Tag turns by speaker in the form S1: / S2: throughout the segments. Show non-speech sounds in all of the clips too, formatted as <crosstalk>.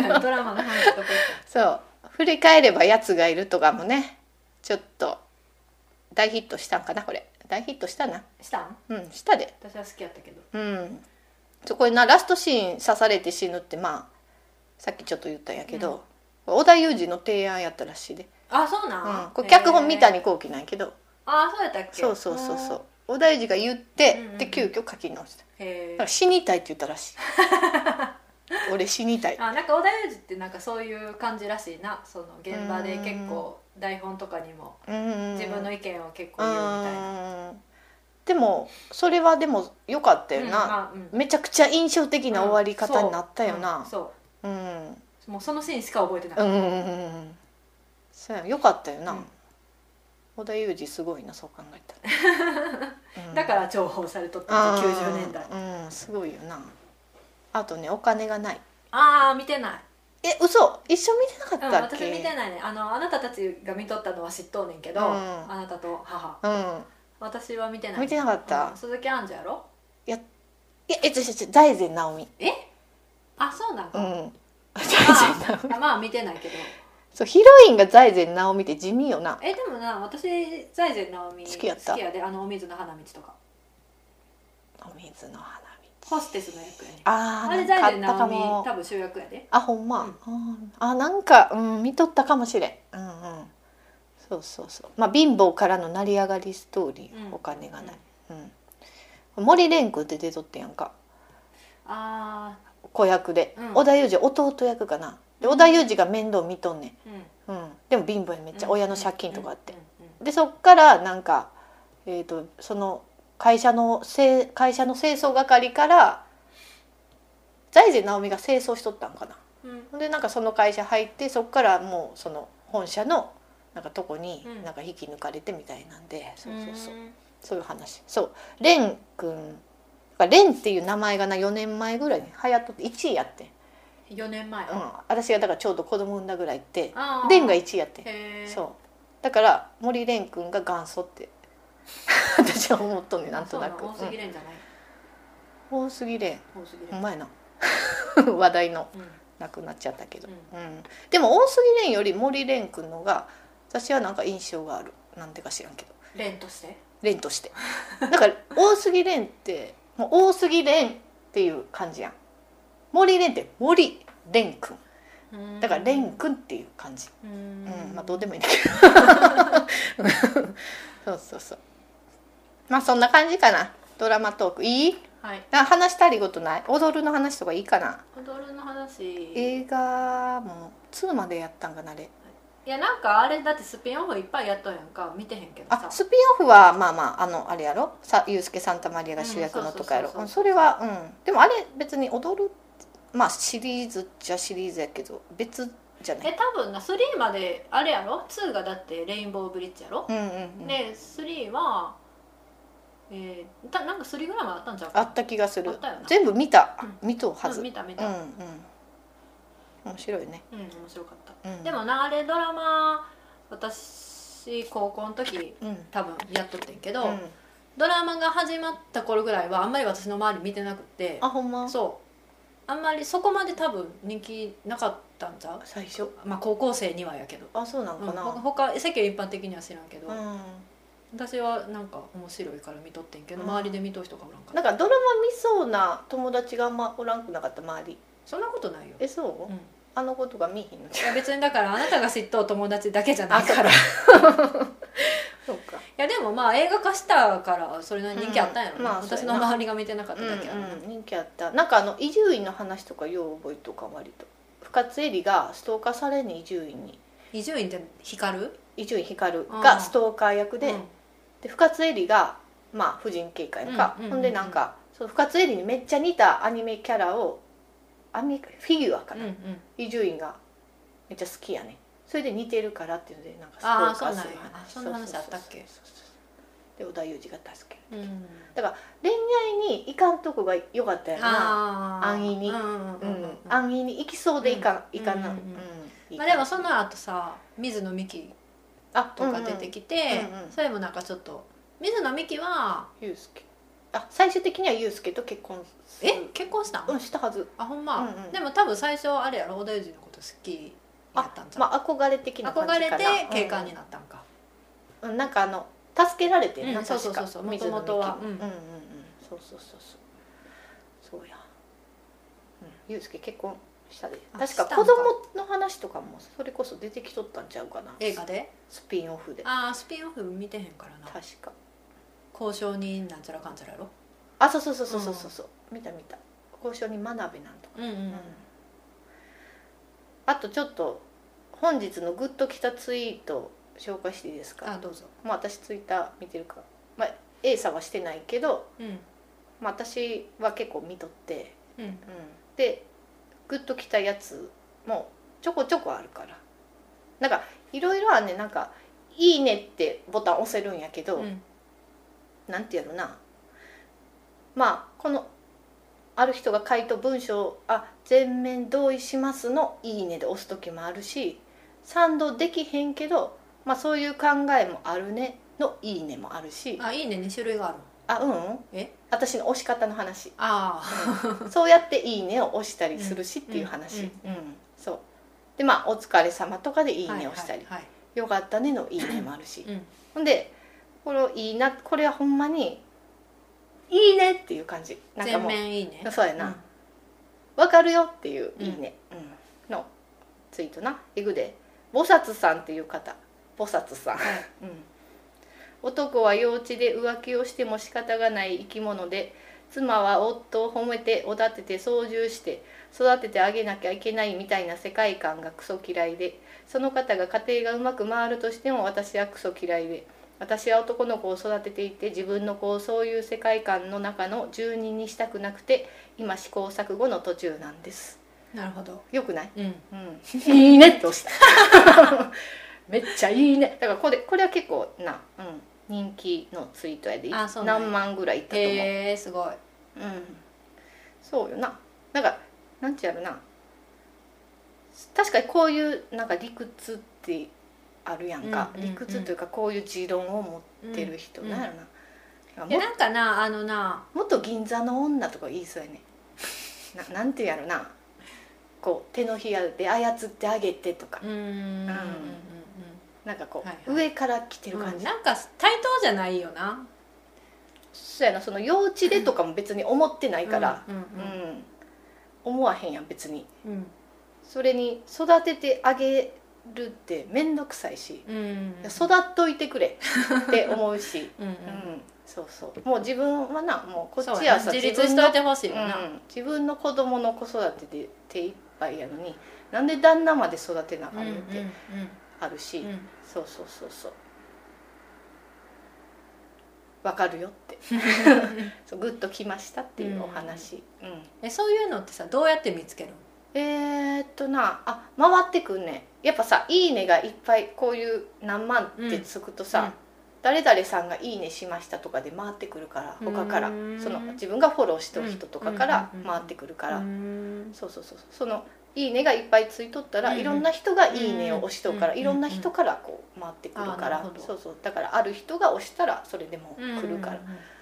S1: のドラマの話とか
S2: そう振り返ればやつがいるとかもねちょっと大ヒットしたんかなこれ大ヒットしたな
S1: したん
S2: うんしたで
S1: 私は好きやったけど
S2: うんそこになラストシーン刺されて死ぬってまあさっきちょっと言ったんやけど、織田裕二の提案やったらしいで、
S1: あそう
S2: う
S1: なん
S2: ん、、これ脚本三
S1: へ
S2: 谷
S1: ー
S2: 幸喜なんやけど
S1: あそうやったっけ
S2: そうそうそうそう織田裕二が言って、
S1: うんうんうん
S2: で急遽書き直した
S1: うんへー
S2: だから死にたいって言ったら
S1: <laughs>
S2: しい俺死にたい
S1: あなんか織田裕二ってなんかそういう感じらしいなその現場で結構台本とかにも
S2: 自
S1: 自分の意見を結構言うみたいな、
S2: でもそれはでも良かったよ
S1: うん
S2: な、
S1: まあうん
S2: めちゃくちゃ印象的な終わり方になったよ
S1: うん
S2: な
S1: そう,うん、
S2: うんうん
S1: そうもうそのシーンしか覚えてない、
S2: うんうんうんそうや良かったよな、
S1: うん
S2: 織田裕二すごいなそう考えたら、うん
S1: <laughs> だから重宝されとった
S2: あー
S1: 90年代
S2: うんすごいよなあとねお金がない
S1: ああ見てない
S2: え嘘一緒見てなかっ
S1: うん、
S2: た
S1: 私
S2: っけ、うん、
S1: 見てないねあのあなたたちが見とったのは知っとうねんけど、
S2: うん
S1: あなたと母私は見てない
S2: 見てなかった
S1: うん鈴木杏樹やろ
S2: いやえちょちょちょ財前直美
S1: えあそうなん
S2: う
S1: か、あ
S2: ん <laughs> 財前直美
S1: あ <laughs> まあ見てないけど
S2: そうヒロインが財前直美って地味よな
S1: えでもな私財前直美
S2: 好きやった
S1: 好きやであのお水の花道とか
S2: お水の花道
S1: ホステスの役やね
S2: あ
S1: あ
S2: ー
S1: れ
S2: な
S1: 財
S2: んかあ
S1: 前
S2: ったか
S1: 直美
S2: も
S1: 多分主役やで
S2: あほんま、
S1: う
S2: うんあなんか、うん、見とったかもしれん、うんうん、そうそうそうまあ貧乏からの成り上がりストーリー、
S1: うん
S2: お金がない、うん、森蓮君って出とってやんか
S1: あ
S2: 子役で、
S1: うん
S2: 織田裕二は弟役かなで織田裕二が面倒見とんねん、
S1: ーうん
S2: うん、でも貧乏やめっちゃ、親の借金とかあって、
S1: うんうんうん
S2: でそっからなんか、えー、とその会社のせい会社の清掃係から財前直美が清掃しとったんかな
S1: うん
S2: でなんかその会社入ってそっからもうその本社のなんかとこに
S1: うん
S2: なんか引き抜かれてみたいなんで、そうそうそう
S1: うん
S2: そういう話そう蓮くん蓮っていう名前がな4年前ぐらいに流行っとって1位やってん、
S1: 4年前、
S2: うん、私がだからちょうど子供産んだぐらいって
S1: あ
S2: 蓮が
S1: い
S2: 1位やってん
S1: へえ
S2: そうだから森蓮くんが元祖って <laughs> 私は思っとんねなんとなく
S1: そうの多すぎれんじゃない、
S2: うん、大杉蓮
S1: 多すぎ
S2: ほ
S1: れん
S2: んまやな <laughs> 話題の
S1: うん
S2: なくなっちゃったけど、
S1: うん
S2: うん、でも大杉蓮より森蓮くんのが私はなんか印象があるなんでか知らんけど
S1: 蓮として
S2: 蓮としてだ
S1: <laughs>
S2: から大杉蓮ってもう大杉蓮っていう感じやん森蓮って森蓮くんだから蓮くんっていう感じ
S1: う
S2: うんん、まあどうでもいいんだけ
S1: <laughs>
S2: どそうそうそうまあそんな感じかなドラマトークいい
S1: はい
S2: あ話したりごとない踊るの話とかいいかな
S1: アドルの話い
S2: 映画も2までやったんかなあれ
S1: やなんかあれだってスピンオフいっぱいやっとんやんか見てへんけどさ
S2: あスピンオフはまあまああのあれやろさユースケ・サンタマリアが主役
S1: うん
S2: の
S1: そうそうそうそ
S2: と
S1: う
S2: かやろうんそれはうんでもあれ別に踊るまあシリーズっちゃシリーズやけど別じゃな
S1: え
S2: い
S1: 多分な3まであれやろ2がだってレインボーブリッジやろ、
S2: うんうん、うん、
S1: で3はえー、たなんか3ぐらいまであったんちゃう
S2: あった気がする
S1: あったよな
S2: 全部見た、
S1: う
S2: 見とうはず
S1: うん見た見
S2: うん
S1: た、
S2: う
S1: うん
S2: ん面白いね、
S1: 面白かった、
S2: うん、
S1: でもなあれドラマ私高校の時
S2: うん、
S1: 多分やっとってんけど、
S2: うん
S1: ドラマが始まった頃ぐらいはあんまり私の周り見てなくて
S2: あほんま
S1: そうあんまりそこまで多分人気なかったんちゃう
S2: 最初
S1: まあ高校生にはやけど、
S2: あそうなん
S1: うん、
S2: かな、
S1: ほ他世間一般的には知らんけど、
S2: うん
S1: 私はなんか面白いから見とってんけど、
S2: うん
S1: 周りで見とう人がおらんかった
S2: なんかドラマ見そうな友達があんまおらんくなかった周り
S1: そんなことないよ、
S2: えそ
S1: う
S2: う、
S1: ん、い
S2: あの子とか見ひんのじゃ
S1: や別にだからあなたが知っとう友達だけじゃ
S2: あ
S1: ないからい <laughs>
S2: そうか
S1: やでもまあ映画化したからそれなりに人気あったんやろ
S2: うん
S1: な、
S2: まあそう
S1: 私
S2: や
S1: の
S2: な
S1: 周りが見てなかっただけやろな、
S2: うん、人気あったなんかあの伊集院の話とかよう覚えとか割と深津絵里がストーカーされんねん伊集院に
S1: 伊集院って光る
S2: 伊集院光がストーカー役で、で深津絵里がまあ婦人警官やんか、
S1: うんうんうんうん
S2: ほんでなんかその深津絵里にめっちゃ似たアニメキャラをアニメフィギュアか
S1: うん
S2: な、
S1: うんうん、
S2: 伊集院がめっちゃ好きやねそれで似てるからっていうのでなんかスト
S1: ああ
S2: ーカ
S1: そう
S2: ー
S1: なんや
S2: する
S1: あそんな話あったっけ
S2: そうそうそうで織田裕二が助ける
S1: うん
S2: 恋愛にいかんとこが良かったよな
S1: あー
S2: 安易に
S1: うんうん
S2: う
S1: うんうん
S2: ん、安易に行きそうでいか,、
S1: うん
S2: いかな、
S1: うんうん
S2: うん
S1: まあ、でもその後さ水野美紀
S2: あ
S1: とか出てきて、
S2: うんうんうんうん
S1: それもなんかちょっと水野美紀は
S2: ゆうすけあ最終的にはユウスケと結婚する
S1: え結婚したん、
S2: うんしたはず
S1: あほんま、
S2: うんうん
S1: でも多分最初あれやろ大臣のこと好きやったんじゃん、
S2: まあ憧れ的な感じ
S1: 憧
S2: かな
S1: れて警官になったんか、
S2: うんうんなんかあの助けられて
S1: うん
S2: な確か
S1: そうそうそうそう
S2: 水の
S1: 元々は
S2: 敵
S1: う
S2: に
S1: ん
S2: うんうんうんそうそうそうそうそうやうんユウスケ結婚したで
S1: あ
S2: 確
S1: した
S2: か
S1: んか
S2: 子供の話とかもそれこそ出てきとったんちゃうかな
S1: 映画で
S2: スピンオフで
S1: ああスピンオフ見てへんからな
S2: 確か
S1: 交渉人なんちゃらかんちゃらやろ
S2: あそうそうそうそうそうそうそう、見た見た交渉に真鍋なんとか、
S1: うんうん、
S2: うんあとちょっと本日のグッときたツイート紹介していいですか
S1: あどうぞ
S2: まあ私ツイッター見てるから、まあ、A さんはしてないけど、
S1: うん
S2: まあ、私は結構見とって、
S1: うん
S2: うん、でグッときたやつもちょこちょこあるからなんかいろいろはねなんか「いいね」ってボタン押せるんやけど、
S1: うん
S2: なんてやろなまあこのある人が回答文章をあ全面同意します」の「いいね」で押す時もあるし賛同できへんけど、まあ、そういう考えもあるねの「いいね」もあるし
S1: あいいね2種類がある
S2: あうんうん
S1: え
S2: 私の押し方の
S1: <laughs>
S2: 話
S1: あ
S2: そうやって「いいね」を押したりするしっていう話
S1: うんうんうん
S2: そうでまあ「お疲れ様とかで「
S1: あ
S2: いいね」をしたり「
S1: はいはい
S2: よかったね」の「いいね」もあるし
S1: はいうん
S2: ほんでこれいいなこれはほんまに「いいね」っていう感じなんか
S1: 全
S2: もう
S1: 面いいね
S2: そうや
S1: う
S2: なん「わ、かるよ」っていう「
S1: うん
S2: いいね」うんのツイートなえぐで菩薩さんっていう方菩薩さん、うん男は幼稚で浮気をしても仕方がない生き物で妻は夫を褒めておだてて操縦して育ててあげなきゃいけないみたいな世界観がクソ嫌いでその方が家庭がうまく回るとしても私はクソ嫌いで私は男の子を育てていて自分の子をそういう世界観の中の住人にしたくなくて今試行錯誤の途中なんです
S1: なるほど
S2: よくない
S1: うん
S2: うん、いいねって押しためっちゃいいねだからこれこれは結構な、うん、人気のツイートやで
S1: あそうなんや
S2: 何万ぐらいいったと思う、
S1: へえすごい
S2: うん、そうよななんかなんちゅうやろな確かにこういうなんか理屈ってあるやんか、
S1: うんうんうん
S2: 理屈というかこういう持論を持ってる人、
S1: うん
S2: なんやろななんか
S1: え
S2: も
S1: なんかなあのな
S2: 元銀座の女とか言いそうやねななんていうんやろなこう手のひらで操ってあげてとか
S1: うんうんうんうんうん
S2: なんかこう、
S1: はいはい
S2: 上から来てる感じ、
S1: うんなんか対等じゃないよな
S2: そうやなその幼稚でとかも別に思ってないから、
S1: うん
S2: うん思わへんやん別に
S1: うんうん
S2: それに育ててあげるって面倒くさいし、
S1: うんうん
S2: 育っといてくれって思うし、
S1: うん <laughs> うん
S2: うん、そうそうもう自分はなもうこっ
S1: そう
S2: ち
S1: や
S2: は
S1: な
S2: さ
S1: 自立
S2: 自分
S1: し
S2: の
S1: といてほしいよな
S2: うん、自分の子供の子育てで手一杯やのになんで旦那まで育てなあ
S1: うん
S2: か
S1: うんん
S2: のってあるし、
S1: うんうん
S2: そうそうそうそうわかるよってそうグッときましたっていうお話、うん
S1: <laughs> えそういうのってさどうやって見つけるの
S2: えー、っとなあ回ってくんねやっぱさ「いいね」がいっぱいこういう何万ってつくとさ、
S1: うんうん
S2: 誰々さんが「いいね」しましたとかで回ってくるから他から
S1: うん
S2: その自分がフォローしてる人とかから
S1: うんうんうんうん
S2: 回ってくるから、
S1: うん
S2: そうそうそうそうその「いいね」がいっぱいついとったら、
S1: うんうん
S2: いろんな人が「いいね」を押しとるから、
S1: うんうん
S2: いろんな人からこう回ってくるか
S1: あーな
S2: ら
S1: るほど
S2: そうそうだからある人が押したらそれでもう来るから、
S1: う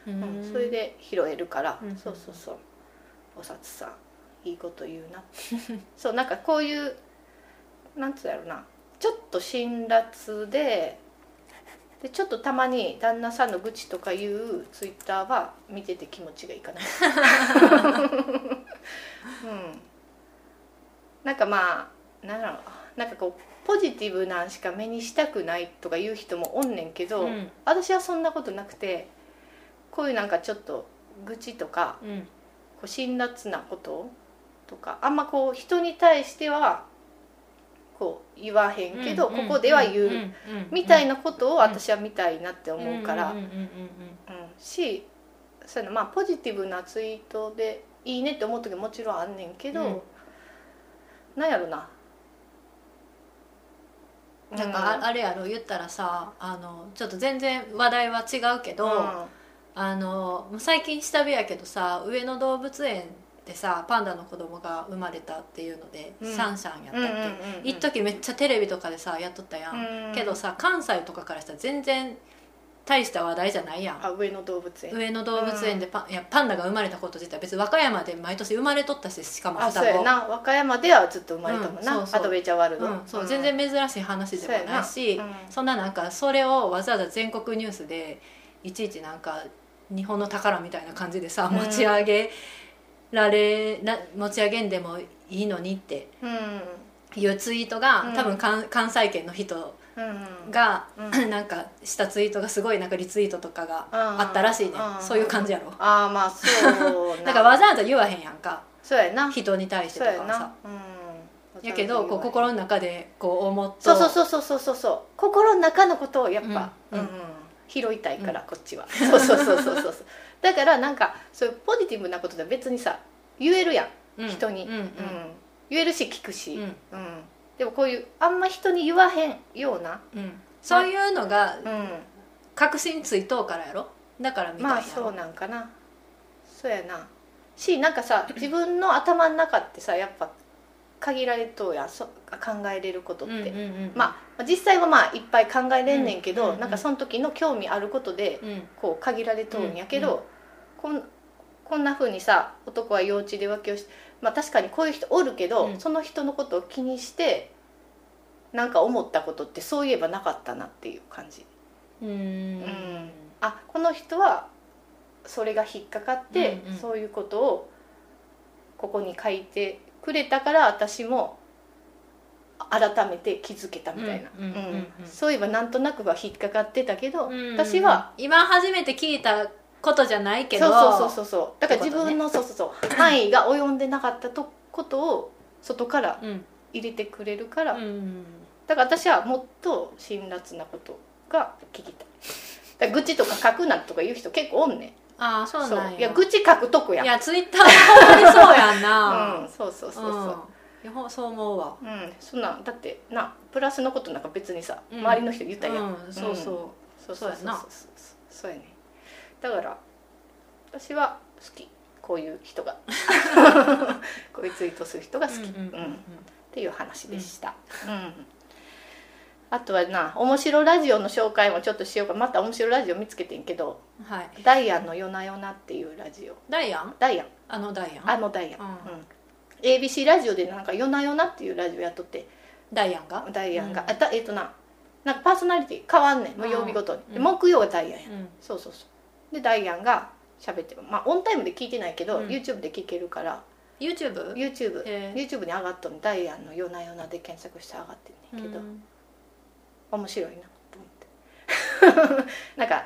S2: うんん
S1: うんうん
S2: それで拾えるから、
S1: うんうん
S2: そうそうそうお札さんいいこと言うな <laughs> そうなんかこういうなんつうやろなちょっと辛辣ででちょっとたまに旦那さんの愚痴とかいうツイッターは見てて気持ちがいいかなうんなんかまあなんだろうなんかこうポジティブなんしか目にしたくないとか言う人もおんねんけ
S1: う
S2: ど、
S1: ん
S2: 私はそんなことなくてこういうなんかちょっと愚痴とか
S1: うん
S2: こう辛辣なこととかあんまこう人に対してはこう言わへんけど、
S1: うん
S2: ここでは言う、
S1: んんん
S2: みたいなことを私は見たいなって思うから、うん
S1: んんんうん
S2: しそういうのまあポジティブなツイートでいいねって思う時ももちろんあんねんけど、なんやろな。
S1: うんなんかああれやろ言ったらさあのちょっと全然話題は違うけど、あのもう最近下火やけどさ上野動物園でさパンダの子供が生まれたっていうので、
S2: うん
S1: シャンシャンやったっ
S2: うん
S1: け、
S2: うんうんうん
S1: 一時めっちゃテレビとかでさやっとったやん、
S2: うん
S1: けどさ関西とかからしたら全然大した話題じゃないやん
S2: あ上野動物園
S1: 上野動物園でパ,、ンいやパンダが生まれたこと自体別に和歌山で毎年生まれとったししかも
S2: あ
S1: 双
S2: そう
S1: 子
S2: やな和歌山ではずっと生まれたもんな、
S1: うんそうそう
S2: アドベンチャーワールド、
S1: うん、そう全然珍しい話でもないし
S2: そうやなうん
S1: そんななんかそれをわざわざ全国ニュースでいちいちなんか日本の宝みたいな感じでさ
S2: うん
S1: 持ち上げられ、な持ち上げんでもいいのにって
S2: うん
S1: いうツイートが、
S2: うん
S1: 多分関関西圏の人
S2: うん
S1: が、
S2: う
S1: なんかしたツイートがすごいなんかリツイートとかが
S2: うん
S1: あったらしいね、
S2: うん
S1: そういう感じやろ。
S2: ああまあそうな
S1: <laughs> だからわざわざ言わへんやんか
S2: そうやな
S1: 人に対してと
S2: そ
S1: か
S2: うや
S1: はさ
S2: なうん
S1: やけどこう心の中でこう思っと
S2: そうそうそうそうそうそう心の中のことをやっぱ、
S1: うんうん
S2: 拾いたいから、こっちはそうそうそうそう <laughs> そうそうだからなんかそういうポジティブなことで別にさ言えるやん、
S1: うん
S2: 人
S1: う
S2: に、
S1: んうん
S2: 言えるし聞くし、
S1: う
S2: うん
S1: ん
S2: でもこういうあんま人に言わへんような、
S1: うんそういうのが
S2: うん、
S1: 確信ついとうからやろだからみたいな
S2: まあそうなんかなそうやなしなん
S1: <clears throat>
S2: かさ自分の頭の中ってさやっぱ限られとうやんそ考えれることって、
S1: うんうんうん
S2: まあ実際はまあいっぱい考えれんねんけ
S1: う
S2: ど、
S1: んうんうん
S2: なんかその時の興味あることで
S1: うん
S2: こう限られとるんやけど、こんこんな風にさ男は幼稚で浮気をして、まあ、確かにこういう人おるけど、
S1: うん
S2: その人のことを気にしてなんか思ったことってそういえばなかったなっていう感じ
S1: うーん
S2: うんあこの人はそれが引っかかって、
S1: うんうん
S2: そういうことをここに書いてくれたから私も改めて気づけたみたいな、
S1: うんうんうんうん
S2: そういえばなんとなくは引っかかってたけど、
S1: うん
S2: 私は
S1: 今初めて聞いたことじゃないけど
S2: そうそうそうそうそうだから
S1: って
S2: 自
S1: ことね
S2: 分の、そうそうそう範囲が及んでなかったとことを外から
S1: うん
S2: 入れてくれるから、
S1: うん
S2: だから私はもっと辛辣なことが聞きたいだから愚痴とか書くなとか言う人結構おんねん
S1: ああそうなんや
S2: いや愚痴書くとこや
S1: いやツイッターほんまにそうやん
S2: <laughs> う、
S1: なん
S2: そうそうそうそう
S1: うんいやほんそう思うわ
S2: うん、そんなんだってなプラスのことなんか別にさ、
S1: うん
S2: 周りの人言ったやん、
S1: うんそうそ
S2: そうそうそう
S1: そうやな
S2: そうそうそうやねだから私は好きこういう
S1: <laughs>
S2: 人がこういうツイートする人が
S1: う
S2: 好き、
S1: うんうんうん
S2: うんっていう話でした、うんあとはな面白ラジオの紹介もちょっとしようかまた面白ラジオ見つけてんけど
S1: うんはい
S2: 「ダイアンの夜な夜な」っていうラジオ
S1: ダイアン
S2: ダイアン
S1: あのダイアン
S2: あのダイア
S1: う
S2: ン、うん ABC ラジオでなんか「夜な夜な」っていうラジオやっとって
S1: ダイアンが
S2: ダイアンが、
S1: うん
S2: あだえっ、とななんかパーソナリティ変わんねんもう曜日ごとに、で
S1: うん
S2: 木曜がダイアンや
S1: うん
S2: そうそうそうでダイアンが喋ってるまあオンタイムで聞いてないけど、
S1: うん
S2: YouTube で聞けるから
S1: YouTube?
S2: YouTube、
S1: へー
S2: YouTube に上がっとんのダイアンの「夜な夜な」で検索して上がってんねんけど、
S1: うん
S2: 面白いなと思って <laughs> なんか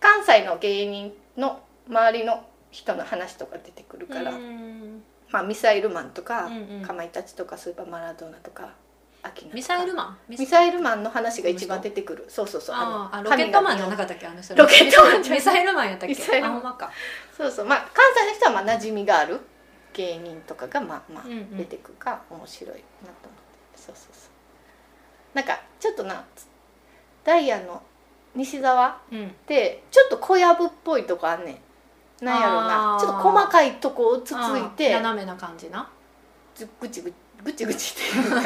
S2: 関西の芸人の周りの人の話とか出てくるから、
S1: うん
S2: まあ、ミサイルマンとか、
S1: うんうん
S2: かまいたちとかスーパーマラドーナとかアキナとか
S1: ミサイルマンミ
S2: ミサイルマンの話が一番出てくるそうそうそう
S1: あ
S2: の
S1: あロケットマンじゃなかったっけあの人
S2: ロケットマンじゃ
S1: ミサイルマンやったっ
S2: ミサ
S1: け
S2: イル
S1: あ
S2: マン
S1: ほんまか
S2: そうそうまあ関西の人はまあ馴染みがある芸人とかがまあま
S1: うんうん
S2: あ出てくるか面白いなと思って、そうそうそうなんかちょっとなダイヤの西沢っ
S1: うん
S2: てちょっと小籔っぽいとこあんねんなんやろう
S1: あ
S2: な
S1: ー
S2: ちょっと細かいとこをつつい
S1: あー
S2: て
S1: 斜めな感じな
S2: ずぐちぐちぐちぐちっていうか、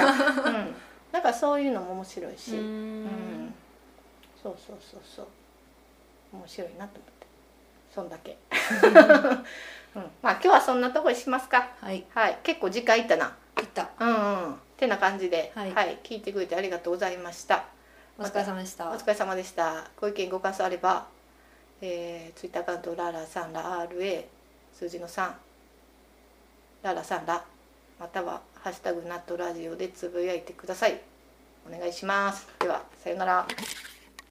S2: うん、なんかそういうのも面白いし、
S1: ん
S2: うんそうそうそうそう面白いなと思ってそんだけ、うん、まあ今日はそんなとこにしますか
S1: はい
S2: はい結構時間いったない
S1: った
S2: うんうんてな感じで
S1: は
S2: はいい、聞いてくれてありがとうございました
S1: お疲れ様でし
S2: お
S1: た
S2: 疲れ様でしたご意見ご感想あればえー、ツイッターアカウントララさんら RA 数字の3ララさんらまたは「ハッシュタグナットラジオ」でつぶやいてくださいお願いしますではさようなら